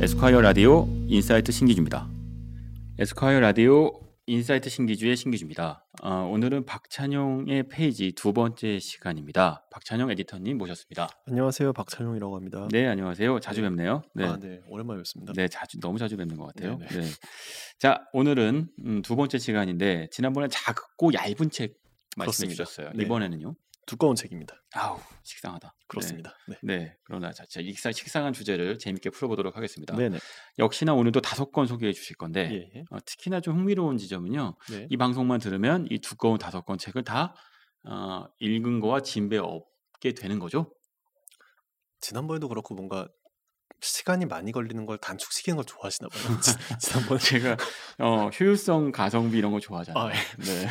에스콰이어 라디오 인사이트 신기주입니다. 에스콰이어 라디오 인사이트 신기주의 신기주입니다. 아, 오늘은 박찬용의 페이지 두 번째 시간입니다. 박찬용 에디터님 모셨습니다. 안녕하세요 박찬용이라고 합니다. 네, 안녕하세요. 자주 뵙네요. 네. 아, 네 오랜만에 뵙습니다. 네, 자주 너무 자주 뵙는 것 같아요. 네네. 네. 자, 오늘은 음, 두 번째 시간인데 지난번에 작고 얇은 책 말씀해 그렇습니다. 주셨어요. 네. 이번에는요. 두꺼운 책입니다. 아우, 식상하다. 그렇습니다. 네. 네. 네, 그러나 자, 제 익사 식상한 주제를 재밌게 풀어보도록 하겠습니다. 네네. 역시나 오늘도 다섯 건 소개해 주실 건데 예, 예. 어, 특히나 좀 흥미로운 지점은요. 네. 이 방송만 들으면 이 두꺼운 다섯 권 책을 다 어, 읽은 거와 진배 없게 되는 거죠. 지난번에도 그렇고 뭔가 시간이 많이 걸리는 걸 단축시키는 걸 좋아하시나 봐요. 지, 지난번에 제가 어, 효율성, 가성비 이런 거 좋아하잖아요. 아, 예. 네.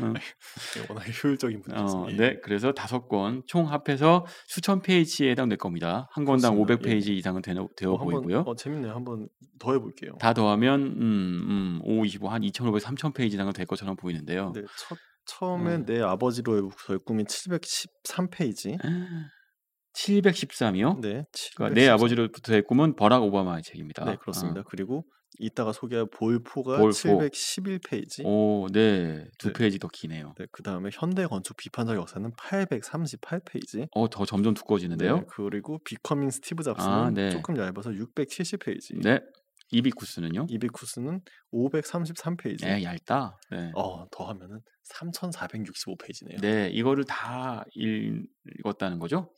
네, 워낙 효율적인 예. 어, 분이었습니다. 네, 그래서 다섯 권 총 합해서 수천 페이지에 해당될 겁니다. 한 권당 그렇습니다. 500페이지 이상은 되어, 되어 보이고요. 한번 어, 재밌네요. 한번 더 해볼게요. 다 더하면 음, 음, 5, 25, 한 2,500, 3,000페이지 이상은 될 것처럼 보이는데요. 네, 첫 처음에 어. 음. 내 아버지로의 저의 꿈이 713페이지. 713이요? 네. 어? 그러니까 내 713. 아버지로부터의 꿈은 버락 오바마의 책입니다. 네 그렇습니다. 그리고 이따가 소개할 볼포가 볼포. 711페이지. 아, 오, 네, 두 네. 페이지 더 기네요. 네, 그 다음에 현대 건축 비판적 역사는 838페이지. 네, 어, 더 점점 두꺼워지는데요. 그리고 비커밍 스티브 잡스는 아, 네. 조금 얇아서 670페이지. 네, 이비쿠스는요? 이비쿠스는 533페이지. 네, 얇다. 네. 어, 더하면은 3465페이지네요. 네, 이거를 다 읽었다는 거죠?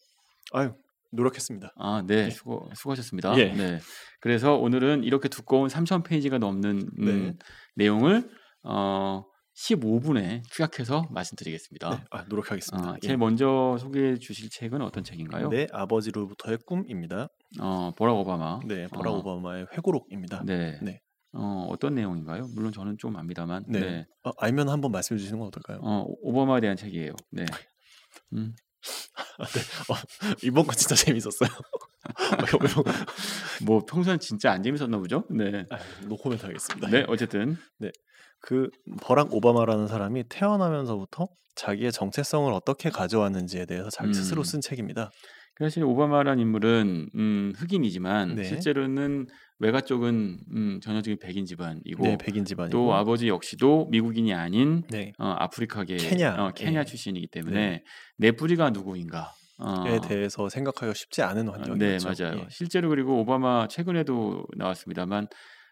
아유, 노력했습니다. 아, 네, 네. 수고 수고하셨습니다. 예. 네, 그래서 오늘은 이렇게 두꺼운 3,000 페이지가 넘는 음, 네. 내용을 어, 15분에 축약해서 말씀드리겠습니다. 네, 아, 노력하겠습니다. 아, 예. 네. 제일 먼저 소개해 주실 책은 어떤 책인가요? 내 아버지로부터의 꿈입니다. 어, 버락 오바마. 네, 버락 아. 오바마의 회고록입니다. 네. 네. 어, 어떤 내용인가요? 물론 저는 좀 압니다만. 네. 네. 어, 알면 한번 말씀해 주시는 건 어떨까요? 어, 오바마에 대한 책이에요. 네. 음. 아. 이번 건 진짜 재밌었어요. 뭐 평소엔 진짜 안 재밌었나 보죠? 네. 아유, 노코멘트 하겠습니다. 네, 어쨌든 그 버락 오바마라는 사람이 태어나면서부터 자기의 정체성을 어떻게 가져왔는지에 대해서 자기 음. 스스로 쓴 책입니다. 그러니까 사실 오바마라는 인물은 음, 흑인이지만 네. 실제로는 외가 쪽은 음, 전형적인 백인 집안이고 네, 백인 집안이고 또 아버지 역시도 미국인이 아닌 네, 어, 아프리카계 케냐. 어, 케냐 예. 출신이기 때문에 내 뿌리가 누구인가 어, 에 대해서 생각하기가 쉽지 않은 아, 환경이었죠. 그렇죠. 예. 네, 맞아요. 실제로 그리고 오바마 최근에도 나왔습니다만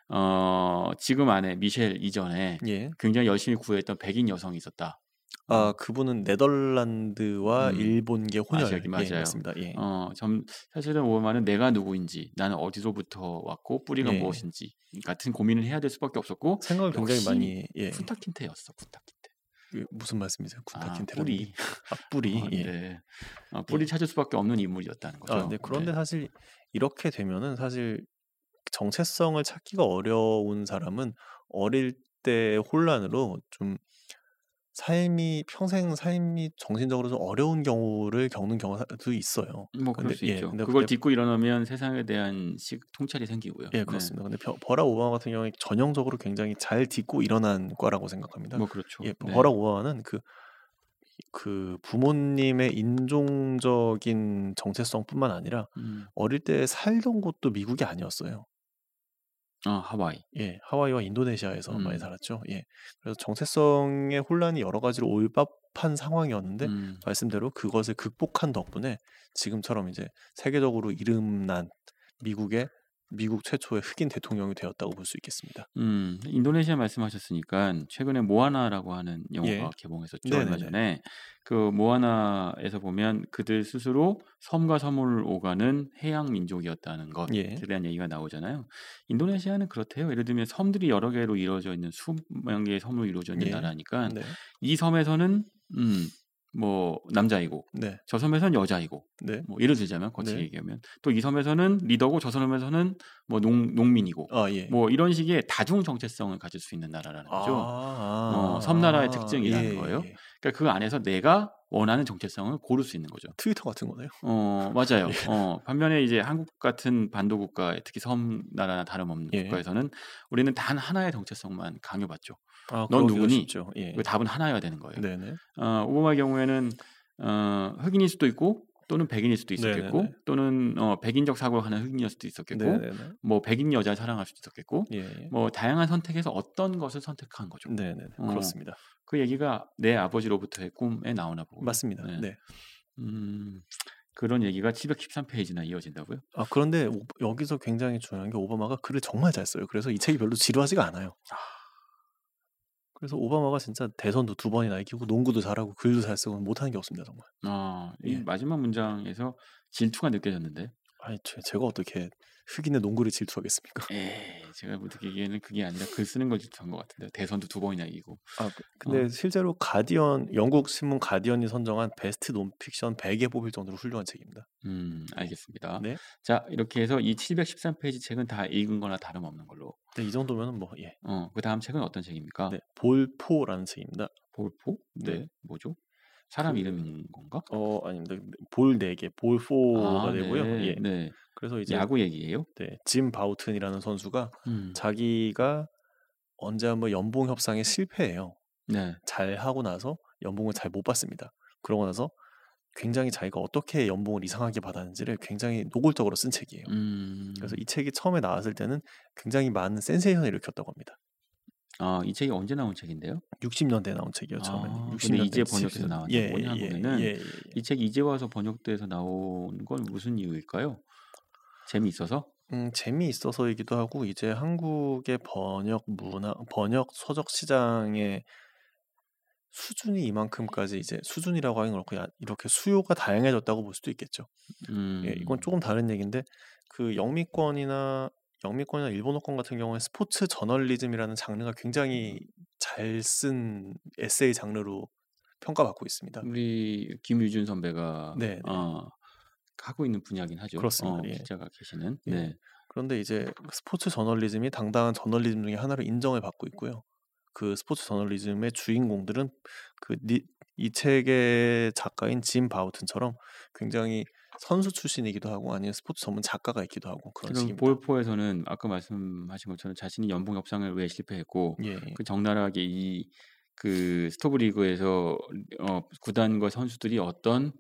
어, 지금 안에 미셸 이전에 예. 예. 굉장히 열심히 구애했던 백인 여성이 있었다. 아 그분은 네덜란드와 음. 일본계 혼혈 맞아요, 맞아요. 예, 맞습니다. 예. 어, 점, 사실은 오바마는 내가 누구인지, 나는 어디서부터 왔고 뿌리가 예. 무엇인지 같은 고민을 해야 될 수밖에 없었고 생각을 굉장히 역시 많이 예. 쿤타킨테였어, 쿤타킨테. 그 무슨 말씀이세요? 아, 군타킨테라는 뿌리, 뿌리. 아, 예. 네. 아, 뿌리 예. 찾을 수밖에 없는 인물이었다는 거죠. 아, 네. 그런데 사실 이렇게 되면은 사실 정체성을 찾기가 어려운 사람은 어릴 때 혼란으로 좀 삶이 평생 삶이 정신적으로 좀 어려운 경우를 겪는 경우도 있어요. 뭐 그럴 근데- 수 예, 있죠. 근데 그걸 그때- 딛고 일어나면 세상에 대한 식 통찰이 생기고요. 예, 네. 그렇습니다. 근데 벼- 버락 오바마 같은 경우에 전형적으로 굉장히 잘 딛고 일어난 과라고 생각합니다. 뭐 그렇죠. 예, 네. 버락 오바마는 그, 그 부모님의 인종적인 정체성뿐만 아니라 음. 어릴 때 살던 곳도 미국이 아니었어요. 아, 하와이. 예, 하와이와 인도네시아에서 많이 음. 살았죠. 예. 그래서 정체성의 혼란이 여러 가지로 올 법한 상황이었는데 음. 말씀대로 그것을 극복한 덕분에 지금처럼 이제 세계적으로 이름난 미국의 미국 최초의 흑인 대통령이 되었다고 볼 수 있겠습니다. 음, 인도네시아 말씀하셨으니까 최근에 모아나라고 하는 영화가 예. 개봉했었죠 얼마 네네네. 전에 그 모아나에서 보면 그들 스스로 섬과 섬을 오가는 해양 민족이었다는 것에 예. 대한 얘기가 나오잖아요. 인도네시아는 그렇대요. 예를 들면 섬들이 여러 개로 이루어져 있는 수만 개의 섬으로 이루어져 있는 예. 나라니까 네. 이 섬에서는 음, 뭐 남자이고 네. 저 섬에서는 여자이고 네. 뭐 예를 들자면 거칠게 네. 얘기하면 또 이 섬에서는 리더고 저 섬에서는 뭐 농, 농민이고 아, 예. 뭐 이런 식의 다중 정체성을 가질 수 있는 나라라는 아, 거죠. 아, 어, 섬나라의 아, 특징이라는 거예요. 예. 그러니까 그 안에서 내가 원하는 정체성을 고를 수 있는 거죠. 트위터 같은 거네요. 어 맞아요. 예. 어 반면에 이제 한국 같은 반도 국가, 특히 섬 나라나 다름없는 예. 국가에서는 우리는 단 하나의 정체성만 강요받죠. 아, 넌 그러기가 누구니? 쉽죠. 예. 네. 그 답은 하나여야 되는 거예요. 네네. 어, 오바마의 경우에는 어, 흑인일 수도 있고 또는 백인일 수도 있었겠고 네네네. 또는 어, 백인적 사고를 하는 흑인일 수도 있었겠고 네네네. 뭐 백인 여자를 사랑할 수도 있었겠고 예, 예. 뭐 다양한 선택에서 어떤 것을 선택한 거죠. 네네네. 어. 그렇습니다. 그 얘기가 내 아버지로부터의 꿈에 나오나 보고 맞습니다. 네. 네. 음, 그런 얘기가 713페이지나 이어진다고요? 아 그런데 오- 여기서 굉장히 중요한 게 오바마가 글을 정말 잘 써요. 그래서 이 책이 별로 지루하지가 않아요. 그래서 오바마가 진짜 대선도 두 번이나 이기고 농구도 잘하고 글도 잘 쓰고 못하는 게 없습니다 정말. 아, 이 예. 마지막 문장에서 질투가 느껴졌는데 아니 제, 제가 어떻게 흑인의 농구를 질투하겠습니까? 에이, 예, 제가 느끼기에는 그게 아니라 글 쓰는 걸 질투한 것 같은데 대선도 두 번이나 이기고 아 그- 근데 실제로 가디언 영국 신문 가디언이 선정한 베스트 논픽션 100에 뽑힐 정도로 훌륭한 책입니다. 음, 알겠습니다. 네. 자, 이렇게 해서 이 713페이지 책은 다 읽은 거나 다름없는 걸로 근데 이 정도면은 뭐 예. 어, 그 다음 책은 어떤 책입니까? 네, 볼포라는 책입니다. 볼포? 네. 네. 뭐죠? 사람 그- 이름인 건가? 어 아닙니다. 볼 4개, 볼포가 아, 되고요. 네. 예. 네. 그래서 이제 야구 얘기예요? 네, 짐 바우튼이라는 선수가 음. 자기가 언제 한번 연봉 협상에 실패해요. 네. 잘 하고 나서 연봉을 잘 못 받습니다. 그러고 나서 굉장히 자기가 어떻게 연봉을 이상하게 받았는지를 굉장히 노골적으로 쓴 책이에요. 음. 그래서 이 책이 처음에 나왔을 때는 굉장히 많은 센세이션을 일으켰다고 합니다. 아, 이 책이 언제 나온 책인데요? 네. 60년대에 나온 책이에요. 아, 처음에는. 근데 60년대, 이제 번역돼서 70년대. 나왔네요. 예, 뭐냐 예, 하면은 예, 예, 예. 이 책 이제 와서 번역돼서 나온 건 무슨 이유일까요? 재미있어서? 음, 재미있어서이기도 하고 이제 한국의 번역 문화, 번역 서적 시장의 수준이 이만큼까지 이제 수준이라고 하긴 그렇고 야- 이렇게 수요가 다양해졌다고 볼 수도 있겠죠. 음. 예, 이건 조금 다른 얘기인데 그 영미권이나 영미권이나 일본어권 같은 경우에 스포츠 저널리즘이라는 장르가 굉장히 잘 쓴 에세이 장르로 평가받고 있습니다. 우리 김유준 선배가 네, 네. 어, 하고 있는 분야긴 하죠. 그렇습니다. 어, 예. 기자가 계시는. 예. 네. 그런데 이제 스포츠 저널리즘이 당당한 저널리즘 중에 하나로 인정을 받고 있고요. 그 스포츠 저널리즘의 주인공들은 그 이 책의 작가인 짐 바우튼처럼 굉장히 선수 출신이기도 하고 아니면 스포츠 전문 작가가 있기도 하고 그런 그럼 식입니다. 볼포에서는 아까 말씀하신 것처럼 자신이 연봉 협상을 왜 실패했고 예, 예. 그 적나라하게 이 그 스토브 리그에서 어, 구단과 선수들이 어떤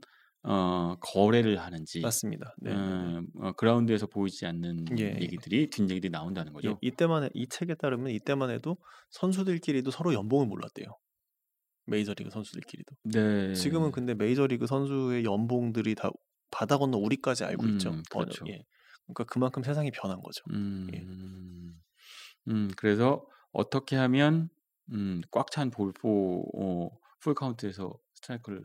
어, 거래를 하는지 맞습니다. 네. 네, 네. 음, 어, 그라운드에서 보이지 않는 예, 예. 얘기들이 뒷얘기들이 나온다는 예, 거죠. 이때만 해- 이 책에 따르면 이때만 해도 선수들끼리도 서로 연봉을 몰랐대요. 메이저리그 선수들끼리도. 네. 예. 지금은 근데 메이저리그 선수의 연봉들이 다 바다 건너 우리까지 알고 있죠. 음, 어, 그렇죠. 예. 그러니까 그만큼 세상이 변한 거죠. 음, 예. 음, 그래서 어떻게 하면 음, 꽉 찬 볼포 어, 풀 카운트에서 스트라이크를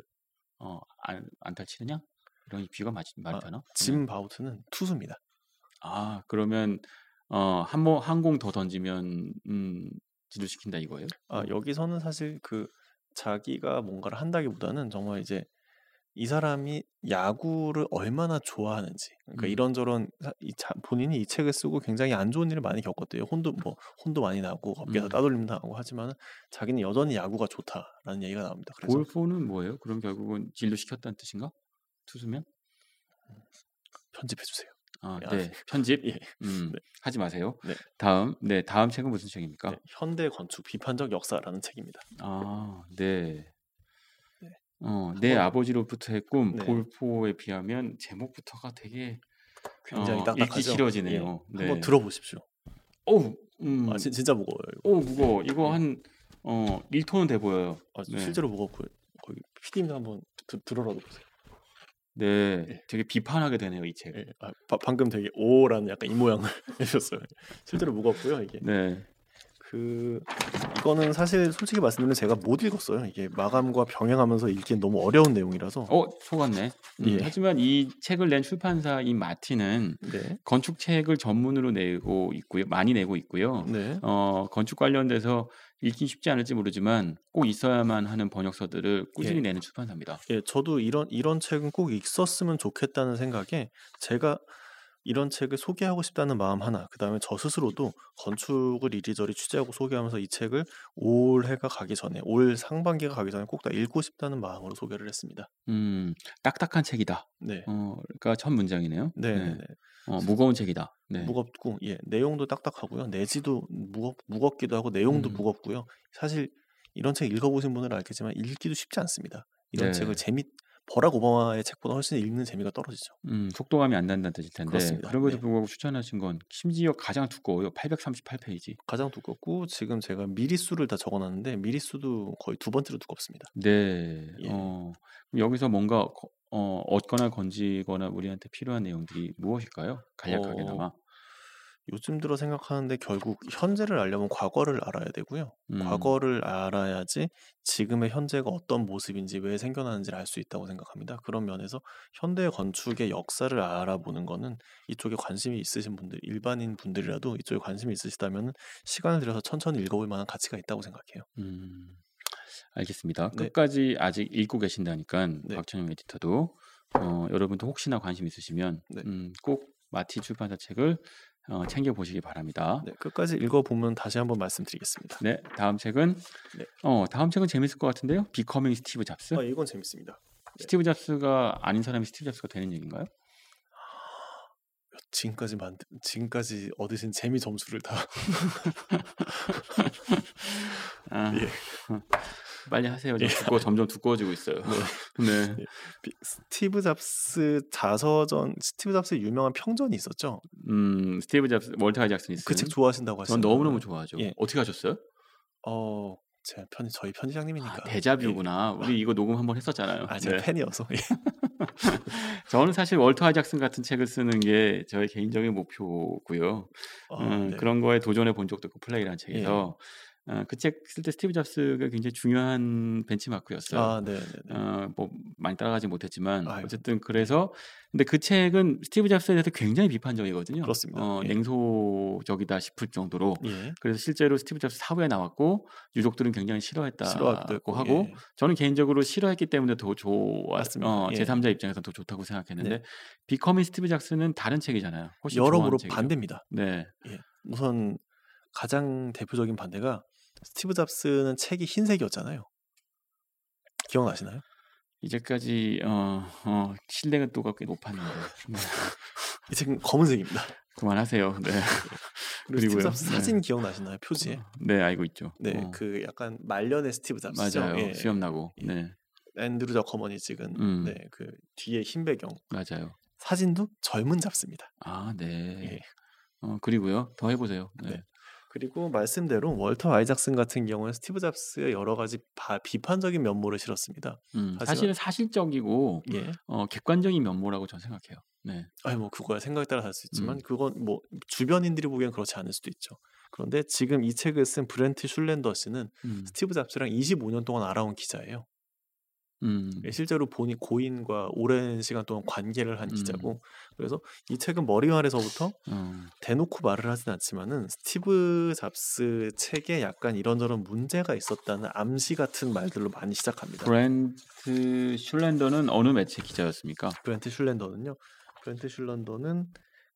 어, 안, 안타 치느냐? 이런 비가 맞, 말이 아, 되나? 음, 짐 바우트는 투수입니다. 아 그러면 어, 한한공 더 던지면 음, 지도시킨다 이거예요? 아, 여기서는 사실 그 자기가 뭔가를 한다기보다는 정말 이제 이 사람이 야구를 얼마나 좋아하는지 그러니까 음. 이런저런 사- 이 자- 본인이 이 책을 쓰고 굉장히 안 좋은 일을 많이 겪었대요. 혼도 뭐 혼도 많이 나고 음. 업계에서 따돌림 당하고 하지만 자기는 여전히 야구가 좋다라는 얘기가 나옵니다. 그래서 볼포는 뭐예요? 그럼 결국은 진루시켰다는 뜻인가? 투수면? 편집해 주세요. 아, 야. 네. 편집. 예. 음, 네. 하지 마세요. 네. 다음, 네, 다음 책은 무슨 책입니까? 네, 현대 건축 비판적 역사라는 책입니다. 아, 네. 네. 어, 내 한번- 아버지로부터의 꿈 네. 볼포에 비하면 제목부터가 되게 굉장히 어, 딱딱하죠. 읽기 싫어지네요. 예, 한번 네. 들어보십시오. 어우, 음, 아, 진, 진짜 무거워요. 이거. 어우 무거워. 이거 예. 한 어, 1톤은 돼 보여요. 아, 네. 실제로 무겁고요. 거기 피디님 한번 드- 들어라도 보세요. 네, 예. 되게 비판하게 되네요, 이 책. 예, 아, 바- 방금 되게 오라는 약간 이 모양을 해주셨어요. 실제로 무겁고요. 이게 네. 그 이거는 사실 솔직히 말씀드리면 제가 못 읽었어요. 이게 마감과 병행하면서 읽기엔 너무 어려운 내용이라서. 어, 속았네. 음, 예. 하지만 이 책을 낸 출판사 이 마틴은 네. 건축책을 전문으로 내고 있고요. 많이 내고 있고요. 네. 어, 건축 관련돼서 읽기 쉽지 않을지 모르지만 꼭 있어야만 하는 번역서들을 꾸준히 예. 내는 출판사입니다. 예, 저도 이런 이런 책은 꼭 있었으면 좋겠다는 생각에 제가 이런 책을 소개하고 싶다는 마음 하나, 그 다음에 저 스스로도 건축을 이리저리 취재하고 소개하면서 이 책을 올해가 가기 전에, 올 상반기가 가기 전에 꼭 다 읽고 싶다는 마음으로 소개를 했습니다. 음, 딱딱한 책이다. 네, 어, 그러니까 첫 문장이네요. 네, 네, 네. 네. 어, 무거운 책이다. 네. 무겁고, 예, 내용도 딱딱하고요, 내지도 무겁 무겁기도 하고 내용도 음. 무겁고요. 사실 이런 책 읽어보신 분은 알겠지만 읽기도 쉽지 않습니다. 네. 이런 책을 재미 버락 오바마의 책보다 훨씬 읽는 재미가 떨어지죠. 음, 속도감이 안 난다는 뜻일 텐데 그렇습니다. 그럼에도 네. 불구하고 추천하신 건 심지어 가장 두꺼워요. 838페이지. 가장 두껍고 지금 제가 미리수를 다 적어놨는데 미리수도 거의 두 번째로 두껍습니다. 네. 예. 어, 그럼 여기서 뭔가 거- 어, 얻거나 건지거나 우리한테 필요한 내용들이 무엇일까요? 간략하게나마. 어, 요즘 들어 생각하는데 결국 현재를 알려면 과거를 알아야 되고요. 음, 과거를 알아야지 지금의 현재가 어떤 모습인지 왜 생겨나는지를 알 수 있다고 생각합니다. 그런 면에서 현대 건축의 역사를 알아보는 거는 이쪽에 관심이 있으신 분들, 일반인 분들이라도 이쪽에 관심이 있으시다면 시간을 들여서 천천히 읽어볼 만한 가치가 있다고 생각해요. 음, 알겠습니다. 네. 끝까지 아직 읽고 계신다니까 네. 박찬영 에디터도 어, 여러분도 혹시나 관심 있으시면 네. 음, 꼭 마티 출판사 책을 어, 챙겨 보시기 바랍니다. 네, 끝까지 읽어보면 다시 한번 말씀드리겠습니다. 네, 다음 책은 네. 어 다음 책은 재밌을 것 같은데요. 비커밍 스티브 잡스. 아, 이건 재밌습니다. 스티브 잡스가 아닌 사람이 스티브 잡스가 되는 얘기인가요? 지금까지 만 지금까지 얻으신 재미 점수를 다 아, 예. 빨리 하세요. 지금 두꺼워, 점점 두꺼워지고 있어요. 네. 예. 비- 스티브 잡스 자서전 스티브 잡스의 유명한 평전이 있었죠. 음, 스티브 잡스, 월터 잭슨 있어요. 그 책 좋아하신다고 하시는 전 너무너무 거예요. 좋아하죠. 예. 어떻게 하셨어요? 어, 제 편이 저희 아, 편의장님이니까. 예. 데자뷰구나. 우리 이거 녹음 한번 했었잖아요. 그러니까. 아, 제가 네. 팬이어서. 예. 저는 사실 월터 하이잭슨 같은 책을 쓰는 게 저의 개인적인 목표고요. 어, 음, 네. 예. 그런 거에 도전해 본 적도 있고 플레이라는 책에서 어, 그책 쓸 때 스티브 잡스가 굉장히 중요한 벤치마크였어요. 아, 네, 네, 네. 어, 뭐 많이 따라가지 못했지만 아이고. 네. 어쨌든 그래서 근데 그 책은 스티브 잡스에 대해서 굉장히 비판적이거든요. 그렇습니다. 어, 예. 냉소적이다 싶을 정도로 예. 그래서 실제로 스티브 잡스 사후에 나왔고 유족들은 굉장히 싫어하기도 싫어했다고 했고, 하고 예. 저는 개인적으로 싫어했기 때문에 더 좋아 맞습니다. 어, 예. 제3자 입장에서 더 좋다고 생각했는데 네. 비커밍 스티브 잡스는 다른 책이잖아요. 훨씬 좋아하는 여러모로 책이죠. 반대입니다. 네. 우선 가장 대표적인 반대가 스티브 잡스는 책이 흰색이었잖아요. 기억나시나요? 이제까지 어, 어, 신뢰도가 꽤 높았는데 네. 이 책은 검은색입니다. 그만하세요. 네. 그리고 스티브 그리고요? 잡스 네. 사진 기억나시나요? 표지에. 네 알고 있죠. 네, 어. 그 약간 말년의 스티브 잡스죠. 맞아요. 예. 수염 나고. 예. 네. 앤드루 저커먼이 찍은 음. 네, 그 뒤에 흰 배경 맞아요. 사진도 젊은 잡스입니다. 아, 네. 예. 어, 그리고요. 더해 보세요. 네. 네. 그리고 말씀대로 월터 아이작슨 같은 경우는 스티브 잡스의 여러 가지 바- 비판적인 면모를 실었습니다. 음, 하지만- 사실은 사실적이고 예. 어, 객관적인 면모라고 저는 생각해요. 네. 아니 뭐 그거야 생각에 따라 다를 수 있지만 음. 그건 뭐 주변인들이 보기엔 그렇지 않을 수도 있죠. 그런데 지금 이 책을 쓴 브렌트 슐렌더 씨는 음. 스티브 잡스랑 25년 동안 알아온 기자예요. 음. 예, 실제로 본인 고인과 오랜 시간 동안 관계를 한 음. 기자고 그래서 이 책은 머리 아래서부터 음. 대놓고 말을 하진 않지만은 스티브 잡스 책에 약간 이런저런 문제가 있었다는 암시 같은 말들로 많이 시작합니다. 브랜트 슐랜더는 어느 매체 기자였습니까? 브렌트 슐랜더는요. 브렌트 슐랜더는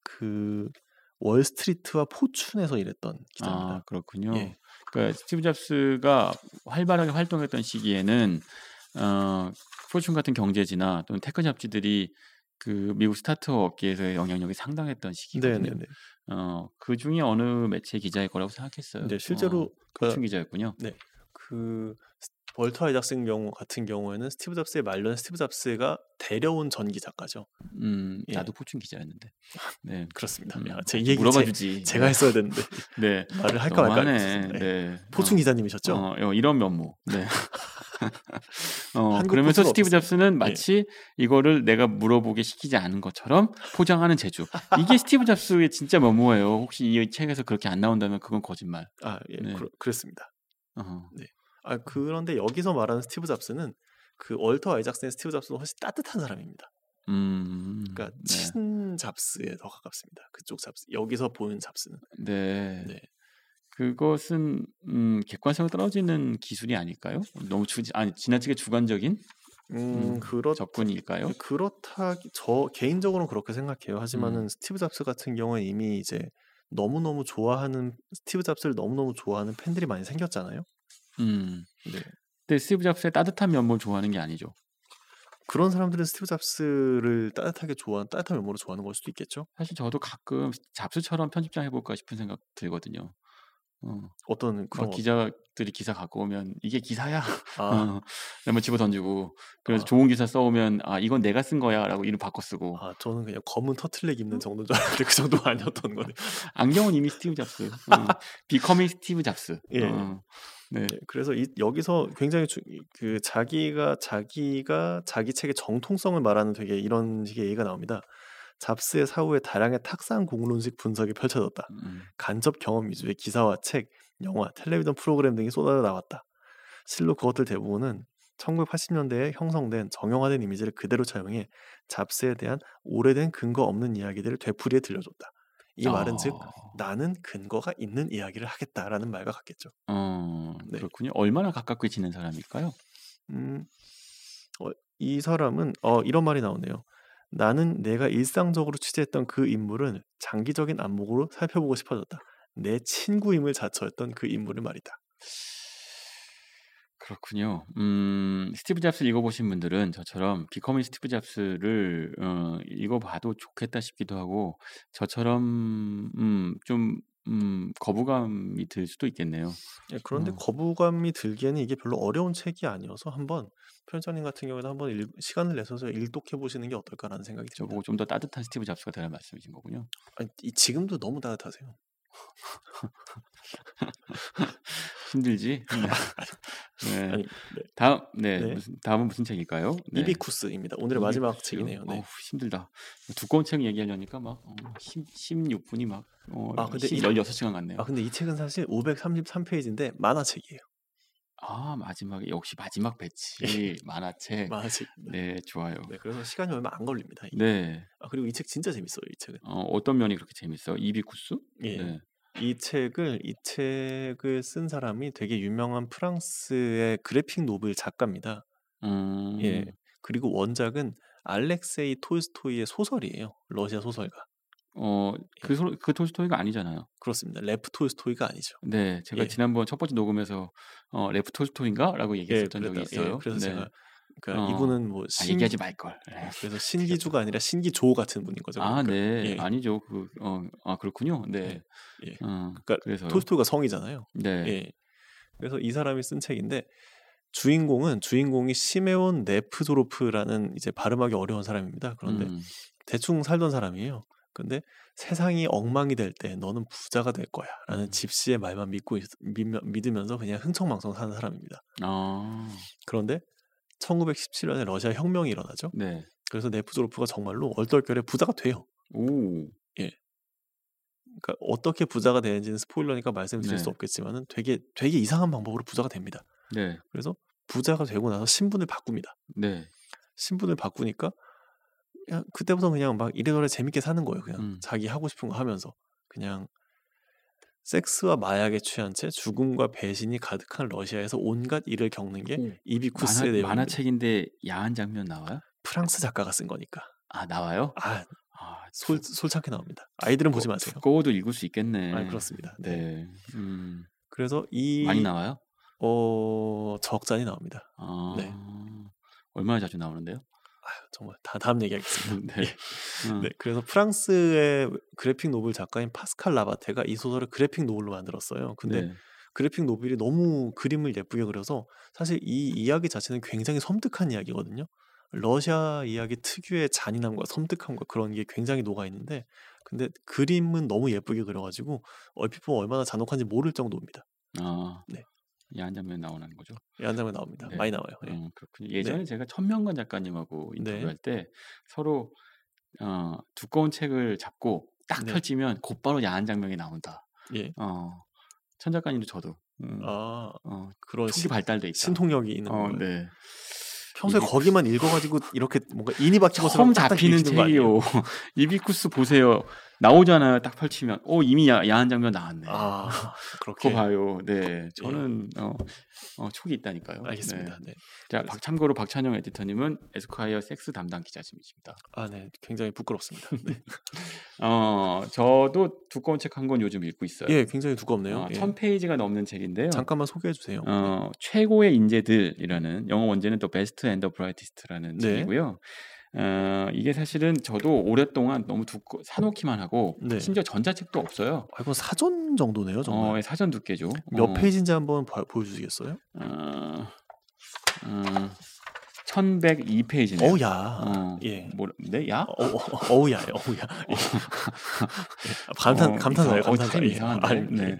그 월스트리트와 포춘에서 일했던 아, 기자입니다. 그렇군요. 예. 그러니까 스티브 잡스가 활발하게 활동했던 시기에는 어, 포춘 같은 경제지나 또는 테크 잡지들이 그 미국 스타트업 업계에서의 영향력이 상당했던 시기거든요. 네네네. 어, 그 중에 어느 매체 기자일 거라고 생각했어요. 네, 실제로 어, 그, 춘 기자였군요. 그 스- 월터 아이작슨 경우 같은 경우에는 스티브 잡스의 말년 스티브 잡스가 데려온 전기 작가죠. 음, 예. 나도 포춘 기자였는데. 네. 그렇습니다. 음, 야, 제 얘기 물어봐 제, 주지. 제가 했어야 되는데 네. 말을 할까 말까 너무하네. 했었습니다. 예. 네. 포춘 기자님이셨죠? 어, 어, 이런 면모. 네. 어, 한국 예. 그러면서 포춘은 스티브 잡스는 마치 이거를 내가 물어보게 시키지 않은 것처럼 포장하는 재주. 이게 스티브 잡스의 진짜 면모예요. 혹시 이 책에서 그렇게 안 나온다면 그건 거짓말. 아, 예, 네. 그러, 그랬습니다. 어, 아, 그런데 여기서 말하는 스티브 잡스는 그 월터 아이작슨의 스티브 잡스는 훨씬 따뜻한 사람입니다. 음. 그러니까 네. 친 잡스에 더 가깝습니다. 그쪽 잡스 여기서 보는 잡스는 네. 네. 그것은 음, 객관성이 떨어지는 기술이 아닐까요? 너무 주, 아니, 지나치게 주관적인 음, 음, 그렇 예, 접근일까요? 그렇다 저 개인적으로는 그렇게 생각해요. 하지만은 음. 스티브 잡스 같은 경우는 이미 이제 너무 너무 좋아하는 스티브 잡스를 너무 너무 좋아하는 팬들이 많이 생겼잖아요. 음. 네. 근데 스티브 잡스의 따뜻한 면모를 좋아하는 게 아니죠. 그런 사람들은 스티브 잡스를 따뜻하게 좋아하는 따뜻한 면모로 좋아하는 걸 수도 있겠죠. 사실 저도 가끔 잡스처럼 편집장 해볼까 싶은 생각 들거든요. 어. 어떤 그런 막 거- 기자들이 기사 갖고 오면 이게 기사야. 아, 어. 한번 집어 던지고 그래서 아. 좋은 기사 써오면 아 이건 내가 쓴 거야라고 어? 이름 바꿔 쓰고 아, 저는 그냥 검은 터틀넥 입는 정도인 줄 알았는데 그 정도가 아니었던 거네요. 안경은 이미 스티브 잡스. 어. 비커밍 스티브 잡스. 예. 어. 네. 예, 그래서 이, 여기서 굉장히 주- 그 자기가 자기가 자기 책의 정통성을 말하는 되게 이런 식의 얘기가 나옵니다. 잡스의 사후에 다량의 탁상 공론식 분석이 펼쳐졌다. 음. 간접 경험 위주의 기사와 책, 영화, 텔레비전 프로그램 등이 쏟아져 나왔다. 실로 그것들 대부분은 1980년대에 형성된 정형화된 이미지를 그대로 차용해 잡스에 대한 오래된 근거 없는 이야기들을 되풀이해 들려줬다. 이 말은 즉 어. 나는 근거가 있는 이야기를 하겠다라는 말과 같겠죠. 어, 네. 그렇군요. 얼마나 가깝게 지낸 사람일까요? 음, 어, 이 사람은 어, 이런 말이 나오네요. 나는 내가 일상적으로 취재했던 그 인물은 장기적인 안목으로 살펴보고 싶어졌다. 내 친구임을 자처했던 그 인물을 말이다. 그렇군요. 음, 스티브 잡스 읽어보신 분들은 저처럼 비커밍 스티브 잡스를 어, 읽어봐도 좋겠다 싶기도 하고 저처럼 음, 좀 음, 거부감이 들 수도 있겠네요. 예, 그런데 어. 거부감이 들기에는 이게 별로 어려운 책이 아니어서 한번 편집장님 같은 경우에는 한번 일- 시간을 내서서 일독해 보시는 게 어떨까라는 생각이 듭니다. 저보고 뭐 좀 더 따뜻한 스티브 잡스가 되라는 말씀이신 거군요. 아니, 이- 지금도 너무 따뜻하세요. 힘들지? 음. 네. 네. 아니, 네. 다음, 네. 네. 무슨, 다음은 무슨 책일까요? 네. 이비쿠스입니다. 이비쿠스요? 오늘의 마지막 책이네요. 네. 어우, 힘들다. 두꺼운 책 얘기하려니까 막 어, 16분이 막 어, 아, 근데 이- 16시간 같네요. 아 근데 이 책은 사실 533페이지인데 만화책이에요. 아 마지막에 역시 마지막 배치 만화책 만화책. 네. 네 좋아요 예. 네, 그래서 시간이 얼마 안 걸립니다. 이게. 네 아 그리고 이 책 진짜 재밌어요. 이 책은. 어, 어떤 면이 그렇게 재밌어요 이비쿠스 예. 네. 이 책을 이 책을 쓴 사람이 되게 유명한 프랑스의 그래픽 노벨 작가입니다. 음, 예. 그리고 원작은 알렉세이 톨스토이의 소설이에요. 러시아 소설가. 예. 어그 소그 톨스토이가 아니잖아요 그렇습니다. 레프 톨스토이가 아니죠. 네 제가 예. 지난번 첫 번째 녹음에서 어 레프 톨스토인가라고 얘기했었던 네, 적이 그랬다- 예, 있어요 그래서 네. 제가 그러니까 어. 이분은 뭐 아, 신, 얘기하지 말걸 네. 그래서 신기주가 아니라 신기조 같은 분인 거죠. 아, 그러니까. 네, 예. 아니죠. 그, 어, 아, 그렇군요. 네, 예, 예. 어, 그러니까 그래서 톨스토이가 성이잖아요. 네, 예. 그래서 이 사람이 쓴 책인데 주인공은 주인공이 시메온 네프조로프라는 이제 발음하기 어려운 사람입니다. 그런데 음, 대충 살던 사람이에요. 근데 세상이 엉망이 될 때 너는 부자가 될 거야 라는 음. 집시의 말만 믿고 있- 믿며- 믿으면서 그냥 흥청망청 사는 사람입니다. 아, 그런데 1917년에 러시아 혁명이 일어나죠. 네, 그래서 네프조로프가 정말로 얼떨결에 부자가 돼요. 오, 그러니까 어떻게 부자가 되는지는 스포일러니까 말씀드릴 네. 수 없겠지만은 되게 되게 이상한 방법으로 부자가 됩니다. 네, 그래서 부자가 되고 나서 신분을 바꿉니다. 네, 신분을 바꾸니까 그냥 그때부터 그냥 막 이래저래 재밌게 사는 거예요. 그냥 음. 자기 하고 싶은 거 하면서 그냥 섹스와 마약에 취한 채 죽음과 배신이 가득한 러시아에서 온갖 일을 겪는 게 오. 음. 이비쿠스의 만화, 내용 만화책인데 야한 장면 나와요? 프랑스 작가가 쓴 거니까 아 나와요? 아 아, 솔, 솔창게 나옵니다. 아이들은 보지 마세요. 두꺼워도 읽을 수 어, 그, 있겠네. 아 그렇습니다. 네. 네, 음, 그래서 이 많이 나와요? 어, 적잖이 나옵니다. 아, 네. 얼마나 자주 나오는데요? 아유, 정말 다 다음 얘기하겠습니다. 네. 음, 네, 그래서 프랑스의 그래픽 노벨 작가인 파스칼 라바테가 이 소설을 그래픽 노벨로 만들었어요. 근데 네. 그래픽 노벨이 너무 그림을 예쁘게 그려서 사실 이 이야기 자체는 굉장히 섬뜩한 이야기거든요. 러시아 이야기 특유의 잔인함과 섬뜩함과 그런 게 굉장히 녹아 있는데 근데 그림은 너무 예쁘게 그려가지고 얼핏 보면 얼마나 잔혹한지 모를 정도입니다. 아, 네. 야한 장면 나오는 거죠? 이 한 장면 나옵니다. 네. 많이 나와요. 예. 음, 그렇군요. 예전에 제가 천명관 작가님하고 네. 인터뷰할 때 서로 어, 두꺼운 책을 잡고 딱 네. 펼치면 곧바로 야한 장면이 나온다. 예. 어, 천 작가님도 저도 음, 아 어, 그런 초기 신- 발달돼 있다. 신통력이 있는 어, 건가요? 네. 평소에 이게- 거기만 읽어가지고 이렇게 뭔가 인이 박힌 것처럼 처음 딱딱 잡히는 읽히는 거 책이요. 아니에요? 이비쿠스 보세요. 나오잖아요. 딱 펼치면 어 이미 야, 야한 장면 나왔네. 아 그렇게 그거 봐요. 네, 저는 어, 어, 촉이 있다니까요. 알겠습니다. 네. 네. 자, 박, 참고로 박찬영 에디터님은 에스콰이어 섹스 담당 기자십니다. 아, 네. 굉장히 부끄럽습니다. 네. 어, 저도 두꺼운 책 한 권 요즘 읽고 있어요. 예, 굉장히 두껍네요. 어, 예. 천 페이지가 넘는 책인데요. 잠깐만 소개해 주세요. 네. 어, 최고의 인재들이라는 영어 원제는 또 베스트 앤더 브라이티스트라는 네. 책이고요. 어, 이게 사실은 저도 오랫동안 너무 두꺼 사놓기만 하고 네. 심지어 전자책도 없어요. 아, 이건 사전 정도네요, 정말. 어, 사전 두께죠. 몇 어, 페이지인지 한번 봐- 보여주시겠어요? 어, 어, 1102페이지네요. 어우 야. 어, 예. 뭐, 네, 야? 어, 어, 어우야, 어우야. 예. 아, 감탄 어, 감탄사예요, 이상- 어, 감탄사. 참 예. 이상한데. 아, 예. 네.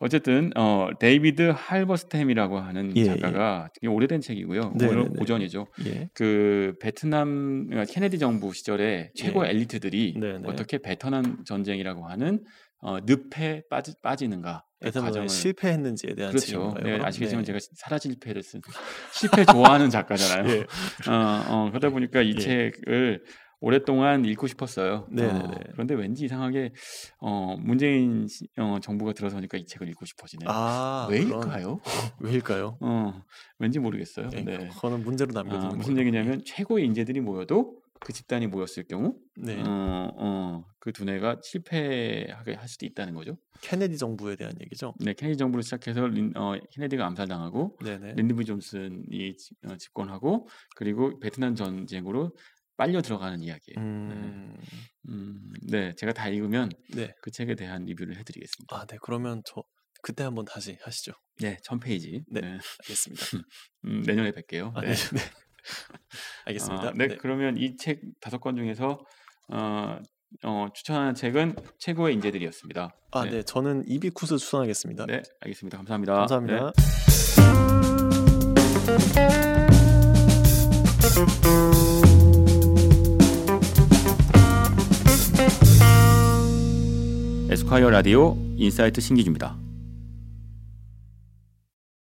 어쨌든 어, 데이비드 할버스템이라고 하는 예, 작가가 되게 오래된 책이고요. 네, 오히려 네, 네. 고전이죠. 예. 그 베트남 그러니까 케네디 정부 시절에 최고 예. 엘리트들이 네, 네. 어떻게 베트남 전쟁이라고 하는 어, 늪에 빠지, 빠지는가 그 과정을 뭐 실패했는지에 대한 그렇죠. 책인가요? 네, 그럼? 아시겠지만 네. 제가 사라질 패를 쓴 실패 좋아하는 작가잖아요. 예. 어, 어, 그러다 보니까 이 예. 책을 오랫동안 읽고 싶었어요. 네네네. 어, 그런데 왠지 이상하게 어, 문재인 시- 어, 정부가 들어서니까 이 책을 읽고 싶어지네요. 아, 그런- 왜일까요? 왜일까요? 어, 왠지 모르겠어요. 예, 네. 그거는 문제로 아, 남겨두는 무슨 걸로. 얘기냐면 최고의 인재들이 모여도 그 집단이 모였을 경우 네. 어, 어, 그 두뇌가 실패하게 할 수도 있다는 거죠. 케네디 정부에 대한 얘기죠. 네, 케네디 정부를 시작해서 린, 어, 케네디가 암살당하고 네, 네. 린드비 존슨이 지- 어, 집권하고 그리고 베트남 전쟁으로 빨려 들어가는 이야기예요. 음. 음, 네, 제가 다 읽으면 네. 그 책에 대한 리뷰를 해드리겠습니다. 아, 네. 그러면 저 그때 한번 다시 하시죠. 네, 천 페이지. 네. 알겠습니다. 음, 내년에 뵐게요. 아, 네. 네. 알겠습니다. 아, 네, 그러면 이 책 다섯 권 중에서 어, 어, 추천하는 책은 최고의 인재들이었습니다. 아, 네. 저는 이비쿠스 추천하겠습니다. 네, 알겠습니다. 감사합니다. 감사합니다. 네. 네. 에스콰이어 라디오 인사이트 신기주입니다.